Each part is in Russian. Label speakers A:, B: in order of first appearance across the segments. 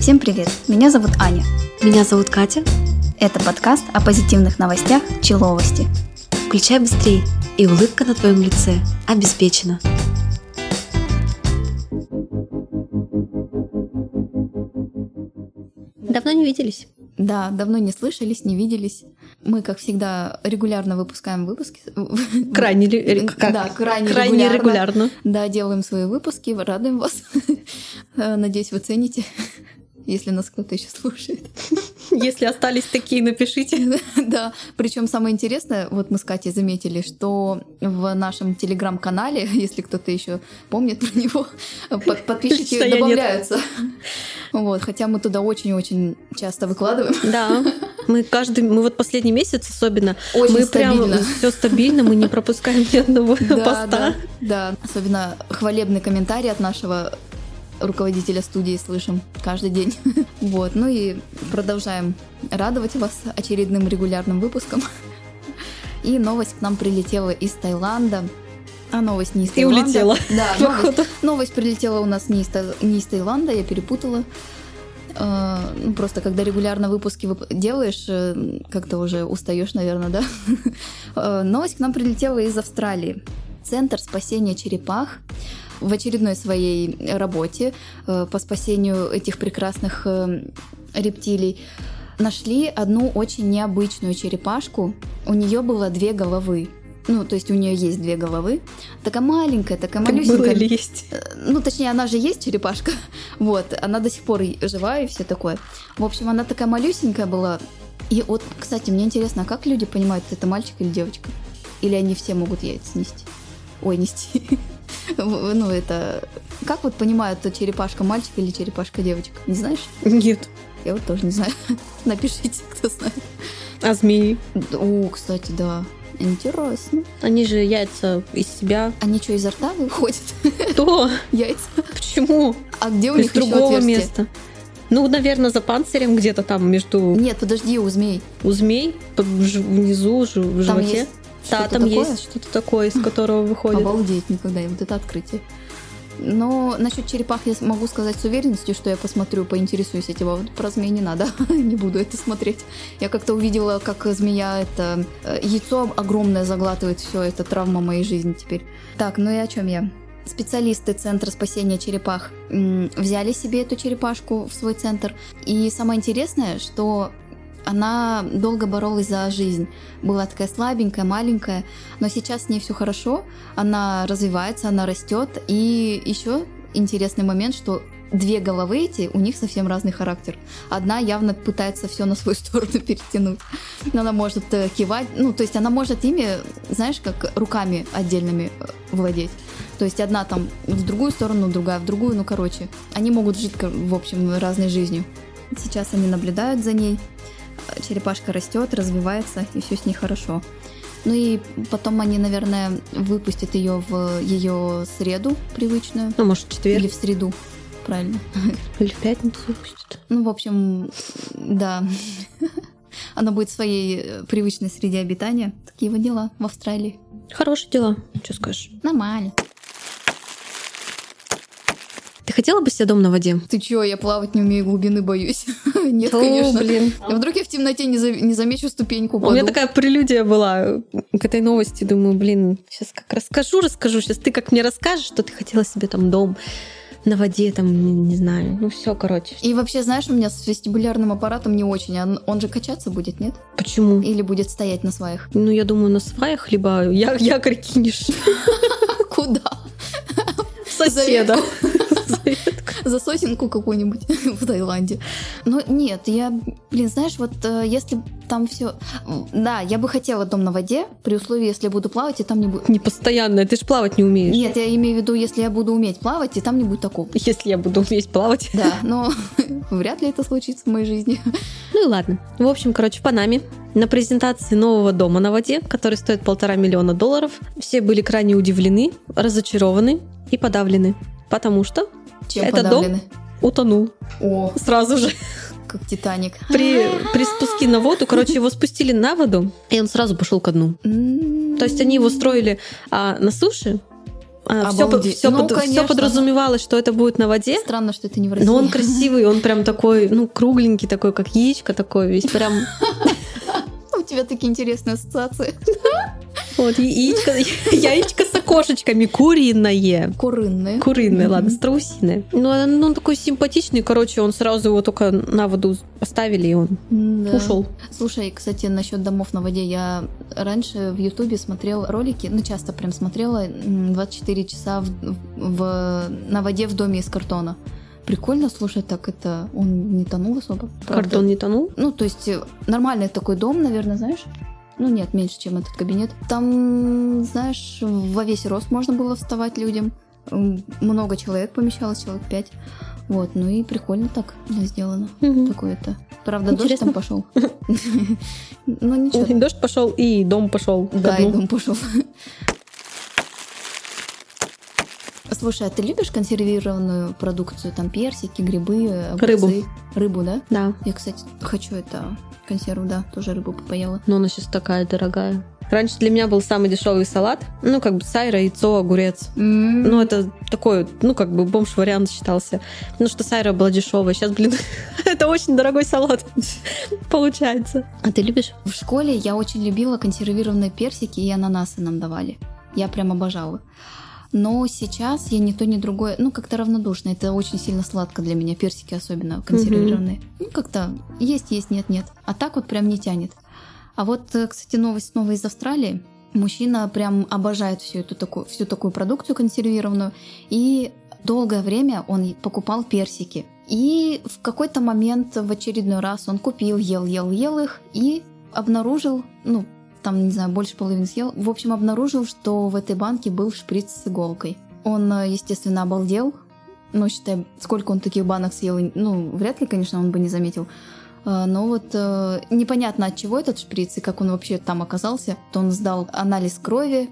A: Всем привет! Меня зовут Аня.
B: Меня зовут Катя.
A: Это подкаст о позитивных новостях Человости.
B: Включай быстрей, и улыбка на твоем лице обеспечена. Давно не виделись.
A: Да, давно не слышались, не виделись. Мы, как всегда, регулярно выпускаем выпуски.
B: Крайне, ре- э, как?
A: Да, крайне,
B: крайне
A: регулярно.
B: регулярно.
A: Да, делаем свои выпуски, радуем вас. Э, Надеюсь, вы цените, если нас кто-то еще слушает.
B: Если остались такие, напишите.
A: Да, причем самое интересное, вот мы с Катей заметили, что в нашем телеграм-канале, если кто-то еще помнит про него, под- подписчики
B: Что я нет.
A: добавляются. Вот, хотя мы туда очень-очень часто выкладываем.
B: Да, мы каждый, мы вот последний месяц особенно,
A: Очень
B: мы
A: стабильно.
B: прям все стабильно, мы не пропускаем ни одного поста.
A: Да, да, особенно хвалебный комментарий от нашего руководителя студии слышим каждый день. Вот, ну и продолжаем радовать вас очередным регулярным выпуском. И новость к нам прилетела из Таиланда. А новость не из
B: И
A: Таиланда.
B: улетела.
A: Да, новость,
B: Походу.
A: новость прилетела у нас не из, Та- не из Таиланда, я перепутала. Э, ну, просто когда регулярно выпуски вып- делаешь, э, как-то уже устаешь, наверное, да? Э, Новость к нам прилетела из Австралии. Центр спасения черепах в очередной своей работе э, по спасению этих прекрасных э, рептилий нашли одну очень необычную черепашку. У нее было две головы. Ну, то есть у нее есть две головы. Такая маленькая, такая
B: Так было
A: малюсенькая.
B: или есть?
A: Э, Ну, точнее, она же есть черепашка. Вот, она до сих пор и жива и все такое. В общем, она такая малюсенькая была. И вот, кстати, мне интересно, а как люди понимают, это мальчик или девочка? Или они все могут яйца снести? Ой, нести. В- Ну, это... Как вот понимают, то черепашка мальчик или черепашка девочка? Не знаешь?
B: Нет.
A: Я вот тоже не знаю. Напишите, кто знает.
B: А змеи?
A: Д- О, кстати, да. Интересно.
B: Они же яйца из себя.
A: Они что, изо рта выходят?
B: Кто?
A: Яйца?
B: Почему?
A: А где у
B: Из
A: них ещё
B: другого
A: отверстие?
B: места. Ну, наверное, за панцирем где-то там между
A: Нет, подожди, у змей.
B: у змей под- ж- внизу ж- в
A: Там
B: животе.
A: есть
B: Да,
A: что-то
B: там
A: такое?
B: есть что-то такое, из которого выходит.
A: Обалдеть никогда, и вот это открытие. Но насчет черепах я могу сказать с уверенностью, что я посмотрю, поинтересуюсь этим, а вот про змей не надо, не буду это смотреть. Я как-то увидела, как змея это... э, Яйцо огромное заглатывает все, это травма моей жизни теперь. Так, ну и о чем я? Специалисты Центра спасения черепах м, взяли себе эту черепашку в свой центр. И самое интересное, что она долго боролась за жизнь. Была такая слабенькая, маленькая, но сейчас с ней все хорошо, она развивается, она растет. И еще интересный момент, что две головы эти, у них совсем разный характер. Одна явно пытается все на свою сторону перетянуть. Но она может э, кивать, ну, то есть она может ими, знаешь, как руками отдельными э, владеть. То есть одна там в другую сторону, другая в другую, ну, короче. Они могут жить, кор- в общем, разной жизнью. Сейчас они наблюдают за ней. Э, Черепашка растет, развивается, и все с ней хорошо. Ну и потом они, наверное, выпустят ее в ее среду привычную.
B: Ну, может, в четверг
A: Или
B: или,
A: в среду, правильно.
B: в пятницу выпустят.
A: Ну, в общем, да. Она будет в своей э, привычной среде обитания. Такие вот дела в Австралии.
B: Хорошие дела, что скажешь?
A: Нормально.
B: Ты хотела бы себе дом на воде?
A: Ты чё, я плавать не умею, глубины боюсь. Нет,
B: О,
A: конечно.
B: блин.
A: А Вдруг я в темноте не, за- не замечу ступеньку,
B: У меня
A: упаду.
B: такая прелюдия была к этой новости. Думаю, блин, сейчас как расскажу, расскажу. Сейчас ты как мне расскажешь, что ты хотела себе там дом на воде, там, не, не знаю. Ну все, короче.
A: И вообще, знаешь, у меня с вестибулярным аппаратом не очень. Он, он же качаться будет, нет?
B: Почему?
A: Или будет стоять на своих?
B: Ну, я думаю, на сваях, либо я, якорь кинешь
A: Куда?
B: в соседа. Заветку.
A: за сосенку какую-нибудь в Таиланде. Но нет, я, блин, знаешь, вот э, если б там все... Да, я бы хотела дом на воде, при условии, если буду плавать, и там не будет...
B: Непостоянная, ты же плавать не умеешь.
A: Нет, я имею в виду, если я буду уметь плавать, и там не будет такого.
B: Если я буду уметь плавать.
A: Да, но вряд ли это случится в моей жизни.
B: Ну и ладно. В общем, короче, в Панаме на презентации нового дома на воде, который стоит полтора миллиона долларов, все были крайне удивлены, разочарованы и подавлены. Потому что
A: Чем
B: Это дом?
A: подавлены.
B: утонул
A: О,
B: сразу же.
A: как Титаник.
B: При, при спуске на воду, короче, его спустили на воду, и он сразу пошел ко дну.
A: М,
B: То есть они его строили а, на суше, все,
A: Обалдеть. Ну, конечно.
B: подразумевалось, что это будет на воде.
A: Странно, что это не в России.
B: Но он красивый, он прям такой, ну, кругленький такой, как яичко такой весь, прям
A: У тебя такие интересные ассоциации.
B: вот я- яичко, яичко с окошечками, куриное.
A: Курынные.
B: Куриное,
A: Мгм.
B: ладно, страусиное. Ну, он, он такой симпатичный, короче, он сразу его только на воду поставили, и он
A: Да.
B: ушел.
A: Слушай, кстати, насчет домов на воде. Я раньше в Ютубе смотрела ролики, ну, часто прям смотрела м, 24 часа в, в- на воде в доме из картона. Прикольно, слушай, так это он не тонул особо. правда.
B: Картон не тонул.
A: Ну, то есть э, нормальный такой дом, наверное, знаешь? Ну, нет, меньше, чем этот кабинет. Там, знаешь, во весь рост можно было вставать людям. М, Много человек помещалось, человек пять. Вот, ну и прикольно так сделано
B: Мгм.
A: какое-то. Правда, дождь
B: Интересно.
A: там пошел. Ну ничего.
B: И Дождь пошел, и дом пошел. ко
A: Да,
B: дну.
A: и дом пошел. Слушай, а ты любишь консервированную продукцию? Там персики, грибы, огурцы?
B: Рыбу.
A: Рыбу, да?
B: Да.
A: Я, кстати, хочу это консерву, да, тоже рыбу попоела.
B: Но Ну, она сейчас такая дорогая. Раньше для меня был самый дешевый салат. Ну, как бы сайра, яйцо, огурец.
A: Ну,
B: Ну, это такой, ну, как бы бомж-вариант считался. Ну, что сайра была дешевая. Сейчас, блин, это очень дорогой салат получается. А ты любишь?
A: в школе я очень любила консервированные персики и ананасы нам давали. Я прям обожала. Но сейчас я ни то, ни другое, ну, как-то равнодушно. Это очень сильно сладко для меня, персики особенно консервированные. Ну, как-то есть, есть, нет, нет. А так вот прям не тянет. А вот, э, кстати, новость снова из Австралии. Мужчина прям обожает всю эту такую, всю такую продукцию консервированную. И долгое время он покупал персики. И в какой-то момент в очередной раз он купил, ел, ел, ел их и обнаружил, ну, там, не знаю, больше половины съел. В общем, обнаружил, что в этой банке был шприц с иголкой. Он, э, естественно, обалдел. Ну, считай, сколько он таких банок съел, ну, вряд ли, конечно, он бы не заметил. Э, Но вот э, непонятно, от чего этот шприц и как он вообще там оказался. То он сдал анализ крови,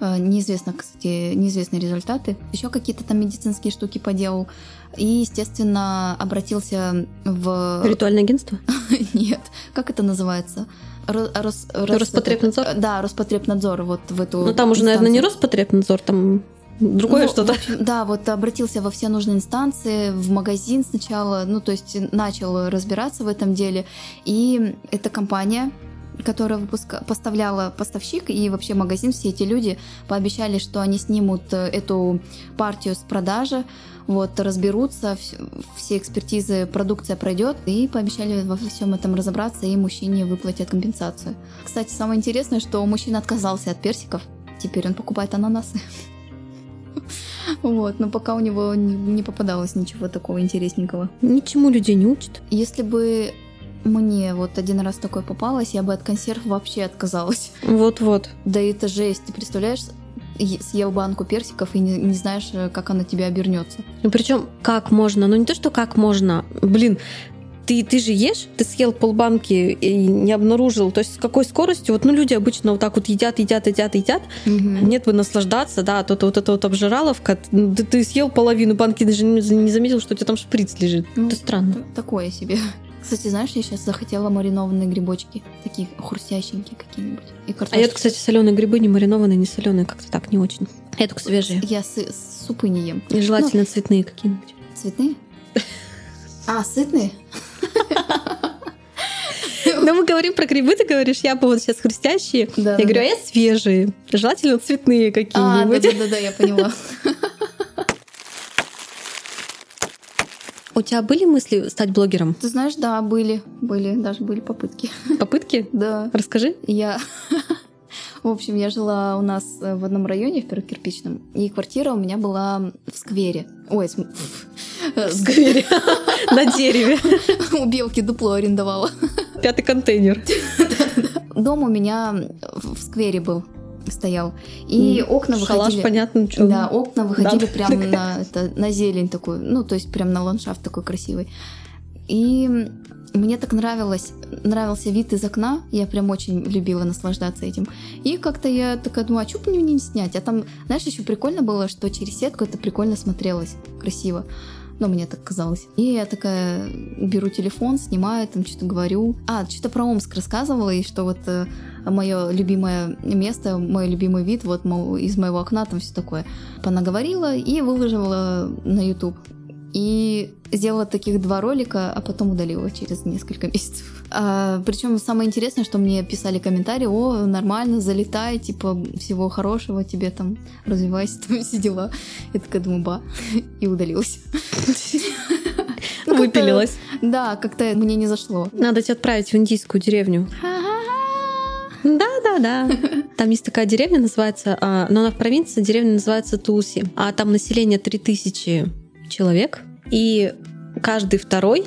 A: э, неизвестно, кстати, неизвестные результаты. Еще какие-то там медицинские штуки поделал. И, естественно, обратился в...
B: Ритуальное агентство?
A: Нет, как это называется? Ро- рос- рос-
B: Роспотребнадзор?
A: э, Да, Роспотребнадзор, вот в эту...
B: Ну, там уже, наверное, не
A: инстанцию.
B: Роспотребнадзор, там другое
A: э, Ну,
B: что-то.
A: в общем, Да, вот обратился во все нужные инстанции, в магазин сначала, ну, то есть начал разбираться в этом деле. И эта компания, которая выпуска- поставляла поставщик и вообще магазин, все эти люди пообещали, что они снимут э, эту партию с продажи, вот, разберутся, вс- все экспертизы, продукция пройдет, и пообещали во всем этом разобраться, и мужчине выплатят компенсацию. Кстати, самое интересное, что мужчина отказался от персиков, теперь он покупает ананасы. Вот, но пока у него не, не попадалось ничего такого интересненького.
B: Ничему людей не учат.
A: Если бы мне вот один раз такое попалось, я бы от консерв вообще отказалась.
B: Вот-вот.
A: Да это жесть, ты представляешь, е- съел банку персиков и не, не знаешь, э, как она тебе обернется.
B: Ну, причем как можно? Ну, не то, что как можно. Блин, ты, ты же ешь, ты съел полбанки и не обнаружил. То есть с какой скоростью? Вот, ну, люди обычно вот так вот едят, едят, едят, едят. Нет бы наслаждаться, да, а то, то вот это вот обжираловка. ну, Ты, ты съел половину банки, даже не, не заметил, что у тебя там шприц лежит.
A: Ну,
B: это странно.
A: Т- Такое себе. Кстати, знаешь, я сейчас захотела маринованные грибочки, такие хрустященькие какие-нибудь. И
B: А я, кстати, соленые грибы, не маринованные, не соленые, как-то так, не очень. Я только свежие.
A: Я сы- с- супы не ем.
B: И желательно цветные какие-нибудь.
A: Цветные? А, сытные?
B: Но Ну, мы говорим про грибы, ты говоришь, я бы вот сейчас хрустящие.
A: Да.
B: Я говорю, а я свежие. Желательно цветные
A: А,
B: какие-нибудь.
A: да-да-да, я поняла.
B: У тебя были мысли стать блогером?
A: Ты знаешь, да, были, были, даже были попытки.
B: Попытки?
A: Да.
B: Расскажи.
A: Я... В общем, я жила у нас э, в одном районе, в Первокирпичном, и квартира у меня была в сквере. Ой, см- э, с-
B: Говори. На дереве.
A: у белки дупло арендовала.
B: Пятый контейнер.
A: Дом у меня в в сквере был, стоял. И окна
B: Шалаш,
A: выходили...
B: понятно, что.
A: Да, окна
B: Да.
A: выходили прямо на, это, на зелень такую, ну, то есть прям на ландшафт такой красивый. И мне так нравилось, нравился вид из окна, я прям очень любила наслаждаться этим. И как-то я такая думаю, а что бы мне не снять? А там, знаешь, еще прикольно было, что через сетку это прикольно смотрелось, красиво. Ну, мне так казалось. И я такая беру телефон, снимаю, там что-то говорю. А, что-то про Омск рассказывала, и что вот э, мое любимое место, мой любимый вид, вот мо- из моего окна там все такое. Понаговорила и выложила на YouTube. И сделала таких два ролика, а потом удалила через несколько месяцев. причем самое интересное, что мне писали комментарии, о, нормально, залетай, типа, всего хорошего тебе там, развивайся, там все дела. Я такая думаю, ба, и удалилась. Ну, как-то-
B: Выпилилась.
A: Да, как-то мне не зашло.
B: Надо тебя отправить в индийскую деревню. Да, да, да. Там есть такая деревня, называется, а, но она в провинции, деревня называется Туси. А там население 3000 человек, и каждый второй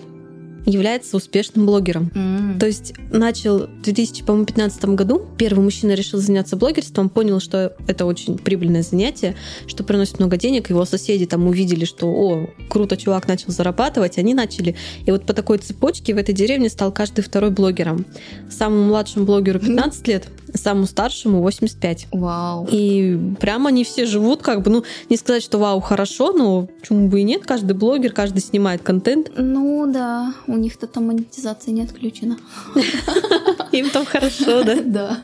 B: является успешным блогером.
A: М.
B: То есть начал в 2015 году, первый мужчина решил заняться блогерством, понял, что это очень прибыльное занятие, что приносит много денег, его соседи там увидели, что, о, круто, чувак начал зарабатывать, они начали. И вот по такой цепочке в этой деревне стал каждый второй блогером. Самому младшему блогеру 15 лет, самому старшему 85.
A: Вау.
B: И прям они все живут, как бы, ну, не сказать, что вау, хорошо, но почему бы и нет, каждый блогер, каждый снимает контент,
A: Ну да, у них-то там монетизация не отключена.
B: им там хорошо, да.
A: Да.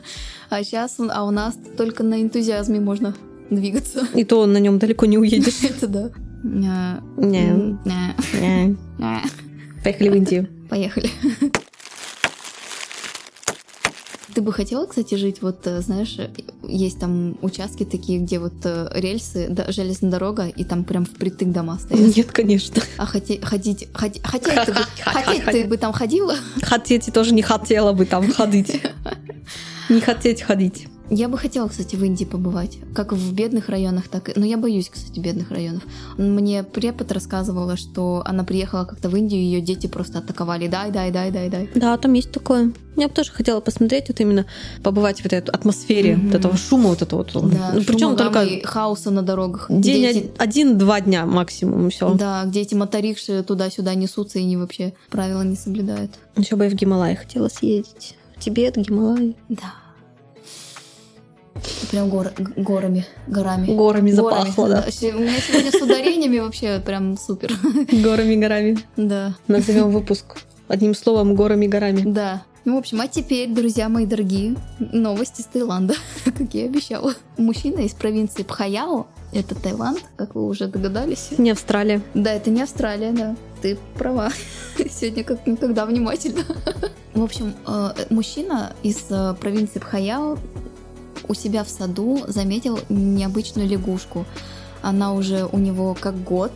A: А сейчас, а у нас только на энтузиазме можно двигаться.
B: И то на нем далеко не уедешь.
A: Это да. Ня.
B: Не,
A: М, ня.
B: не.
A: Ня.
B: Поехали в Индию.
A: Поехали. Ты бы хотела, кстати, жить, вот, э, знаешь, э, есть там участки такие, где вот э, рельсы, да, железная дорога, и там прям впритык дома стоят.
B: Нет, конечно.
A: А хоте- ходить, ходи- хотеть ты бы- хотеть ты бы там ходила?
B: Хотеть и тоже не хотела бы там ходить. Не хотеть ходить.
A: Я бы хотела, кстати, в Индии побывать. Как в бедных районах, так и... Но я боюсь, кстати, бедных районов. Мне препод рассказывала, что она приехала как-то в Индию, ее дети просто атаковали. Дай, дай, дай, дай, дай.
B: Да, там есть такое. Я бы тоже хотела посмотреть, вот именно побывать в этой атмосфере,
A: Мгм.
B: вот этого шума, вот этого. вот.
A: Да,
B: Ну, Причем
A: шума, гам
B: только
A: и хаоса на дорогах.
B: день,
A: Дети-
B: один- один-два дня максимум, все.
A: Да, где эти моторикши туда-сюда несутся и не вообще правила не соблюдают.
B: Еще бы я в Гималай хотела съездить. В Тибет, Гималай.
A: Да. Прям гор- г- горами, горами.
B: Горами
A: Горами,
B: запахло, да.
A: Щ- У меня сегодня с ударениями вообще прям супер.
B: Горами, горами.
A: Да.
B: Назовем выпуск. Одним словом, горами, горами.
A: Да. Ну, в общем, а теперь, друзья мои дорогие, новости из Таиланда, как я и обещала. Мужчина из провинции Пхаяо, это Таиланд, как вы уже догадались.
B: Не Австралия.
A: Да, это не Австралия, да. Ты права. Сегодня как никогда внимательно. В общем, э, мужчина из э, провинции Пхаяо у себя в саду заметил необычную лягушку. Она уже у него как год,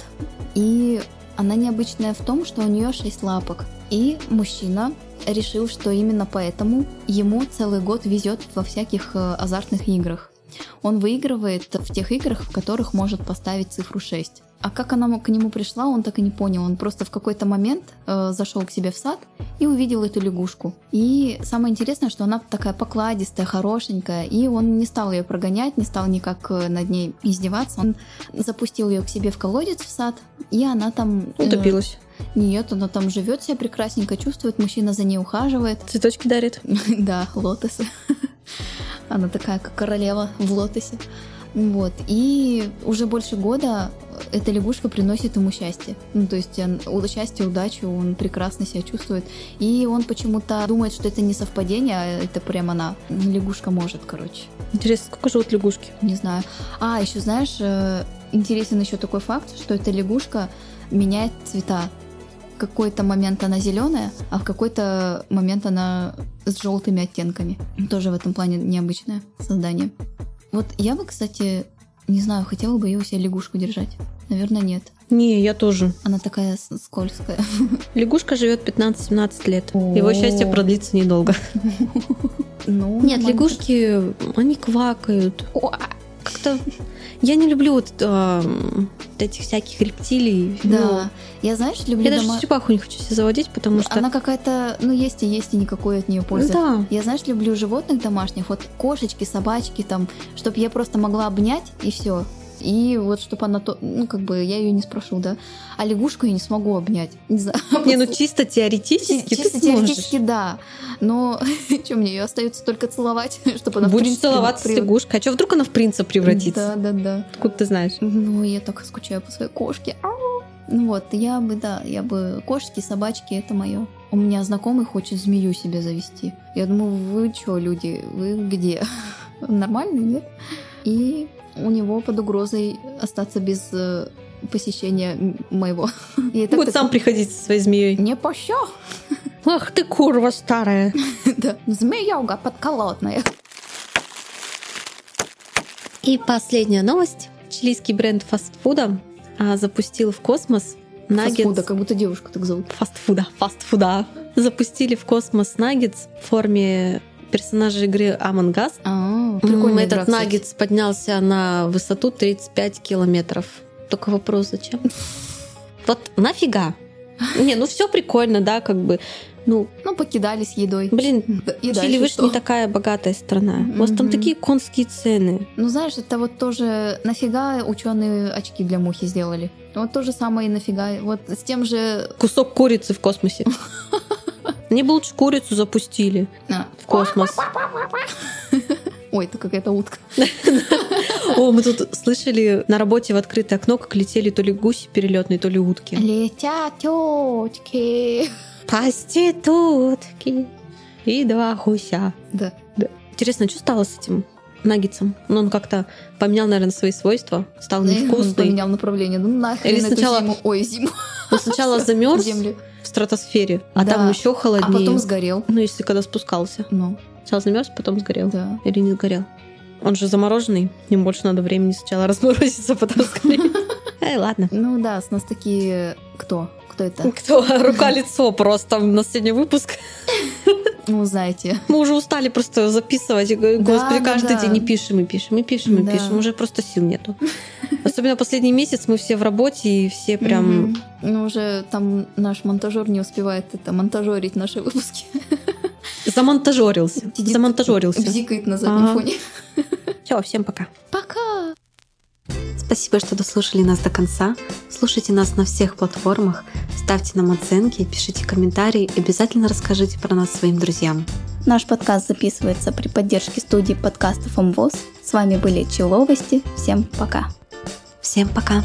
A: и она необычная в том, что у нее шесть лапок. И мужчина решил, что именно поэтому ему целый год везет во всяких э, азартных играх. Он выигрывает в тех играх, в которых может поставить цифру 6. А как она м- к нему пришла, он так и не понял. Он просто в какой-то момент э, зашел к себе в сад и увидел эту лягушку. И самое интересное, что она такая покладистая, хорошенькая, и он не стал ее прогонять, не стал никак э, над ней издеваться. Он запустил ее к себе в колодец в сад, и она там... э,
B: Утопилась.
A: нет, она там живет себя прекрасненько, чувствует, мужчина за ней ухаживает.
B: Цветочки дарит.
A: Да, лотосы. Она такая, как королева в лотосе. Вот. И уже больше года эта лягушка приносит ему счастье. Ну, то есть он- у- счастье, удачу, он прекрасно себя чувствует. И он почему-то думает, что это не совпадение, а это прям она. Лягушка может, короче.
B: Интересно, сколько живут лягушки?
A: Не знаю. А, еще знаешь, э, интересен еще такой факт, что эта лягушка меняет цвета. В какой-то момент она зеленая, а в какой-то момент она с желтыми оттенками. Тоже в этом плане необычное создание. Вот я бы, кстати, не знаю, хотела бы я у себя лягушку держать. Наверное, нет.
B: Не, я тоже.
A: Она такая с- скользкая.
B: Лягушка живет 15-17 лет. Его
A: О.
B: счастье продлится недолго.
A: Ну,
B: Нет,
A: нормально.
B: лягушки, они квакают. а,
A: Уа.
B: Как-то... Я не люблю вот, а, вот этих всяких рептилий.
A: Да. Я, знаешь,
B: Ну,
A: люблю
B: Я даже
A: дома-
B: черепаху не хочу себе заводить, потому что...
A: Она какая-то, ну, есть и есть, и никакой от нее
B: Ну,
A: пользы.
B: Да.
A: Я, знаешь, люблю животных домашних, вот кошечки, собачки там, чтобы я просто могла обнять и все. И вот чтобы она то, ну как бы я ее не спрошу, да. А лягушку я не смогу обнять. Не знаю.
B: Не, ну чисто теоретически ты
A: Чисто
B: сможешь.
A: теоретически, да. Но что мне ее остается только целовать, чтобы она в
B: Будешь
A: принципе,
B: целоваться
A: привык-
B: с лягушкой. А что вдруг она в принца превратится?
A: Да, да, да.
B: Откуда ты знаешь?
A: Ну, я так скучаю по своей кошке. Ау. Ну вот, я бы, да, я бы... Кошки, собачки — это мое. У меня знакомый хочет змею себе завести. Я думаю, вы что, люди, вы где? Нормально, нет? И у него под угрозой остаться без э, посещения м- моего. И это
B: Вот
A: так-
B: сам приходить со своей змеей.
A: Не пощу!
B: Ах ты, курва старая.
A: Да. Змеёга подколотная.
B: И последняя новость. Чилийский бренд фастфуда а, запустил в космос
A: Фастфуда,
B: наггетс
A: как будто девушку так зовут.
B: фастфуда, фастфуда. Запустили в космос наггетс в форме персонажа игры Among Us.
A: А,
B: М,
A: прикольно.
B: Этот наггетс поднялся на высоту 35 километров. Только вопрос, зачем? Вот нафига? Не, ну все прикольно, да, как бы. Ну,
A: Ну, покидались едой.
B: блин,
A: Да, И
B: Чили,
A: дальше
B: вы ж
A: что?
B: не такая богатая страна. У вас там
A: Мгм.
B: такие конские цены.
A: Ну, знаешь, это вот тоже нафига ученые очки для мухи сделали. Ну, Вот то же самое и нафига. Вот с тем же...
B: Кусок курицы в космосе. Мне бы лучше курицу запустили
A: а,
B: в космос.
A: Ой, это какая-то утка.
B: О, мы тут слышали на работе в открытое окно, как летели то ли гуси перелетные, то ли утки.
A: Летят тетки.
B: Проститутки и два гуся.
A: Да.
B: Интересно, что стало с этим наггетсом? Ну, он как-то поменял, наверное, свои свойства, стал
A: Он
B: невкусный.
A: поменял направление. Ну нахрен
B: Или
A: эту
B: сначала
A: зиму. Ой, зиму.
B: Он сначала замерз
A: Землю.
B: в стратосфере, а
A: Да.
B: там еще
A: А
B: холоднее.
A: потом сгорел.
B: Ну, если когда спускался.
A: Ну,
B: Сначала замерз, потом сгорел.
A: да.
B: Или не сгорел. Он же замороженный. Ему больше надо времени сначала разморозиться, потом сгореть. Эй, ладно.
A: Ну да, с нас такие... Кто? Кто это?
B: Кто? Рука-лицо просто на сегодня выпуск.
A: Ну, знаете.
B: Мы уже устали просто записывать. Я говорю,
A: Да,
B: Господи,
A: да,
B: каждый
A: да.
B: день и пишем, и пишем, и пишем, и
A: Да.
B: пишем. Уже просто сил нету. Особенно последний месяц мы все в работе, и все прям...
A: Мгм. Ну, уже там наш монтажер не успевает это монтажерить наши выпуски.
B: Замонтажорился.
A: Сидит, э,
B: Замонтажорился.
A: Бзикает на заднем
B: Ага.
A: фоне.
B: Все, всем пока.
A: Пока!
B: Спасибо, что дослушали нас до конца. Слушайте нас на всех платформах, ставьте нам оценки, пишите комментарии и обязательно расскажите про нас своим друзьям.
C: Наш подкаст записывается при поддержке студии подкастов МВОЗ. С вами были Человости. Всем пока.
B: Всем пока!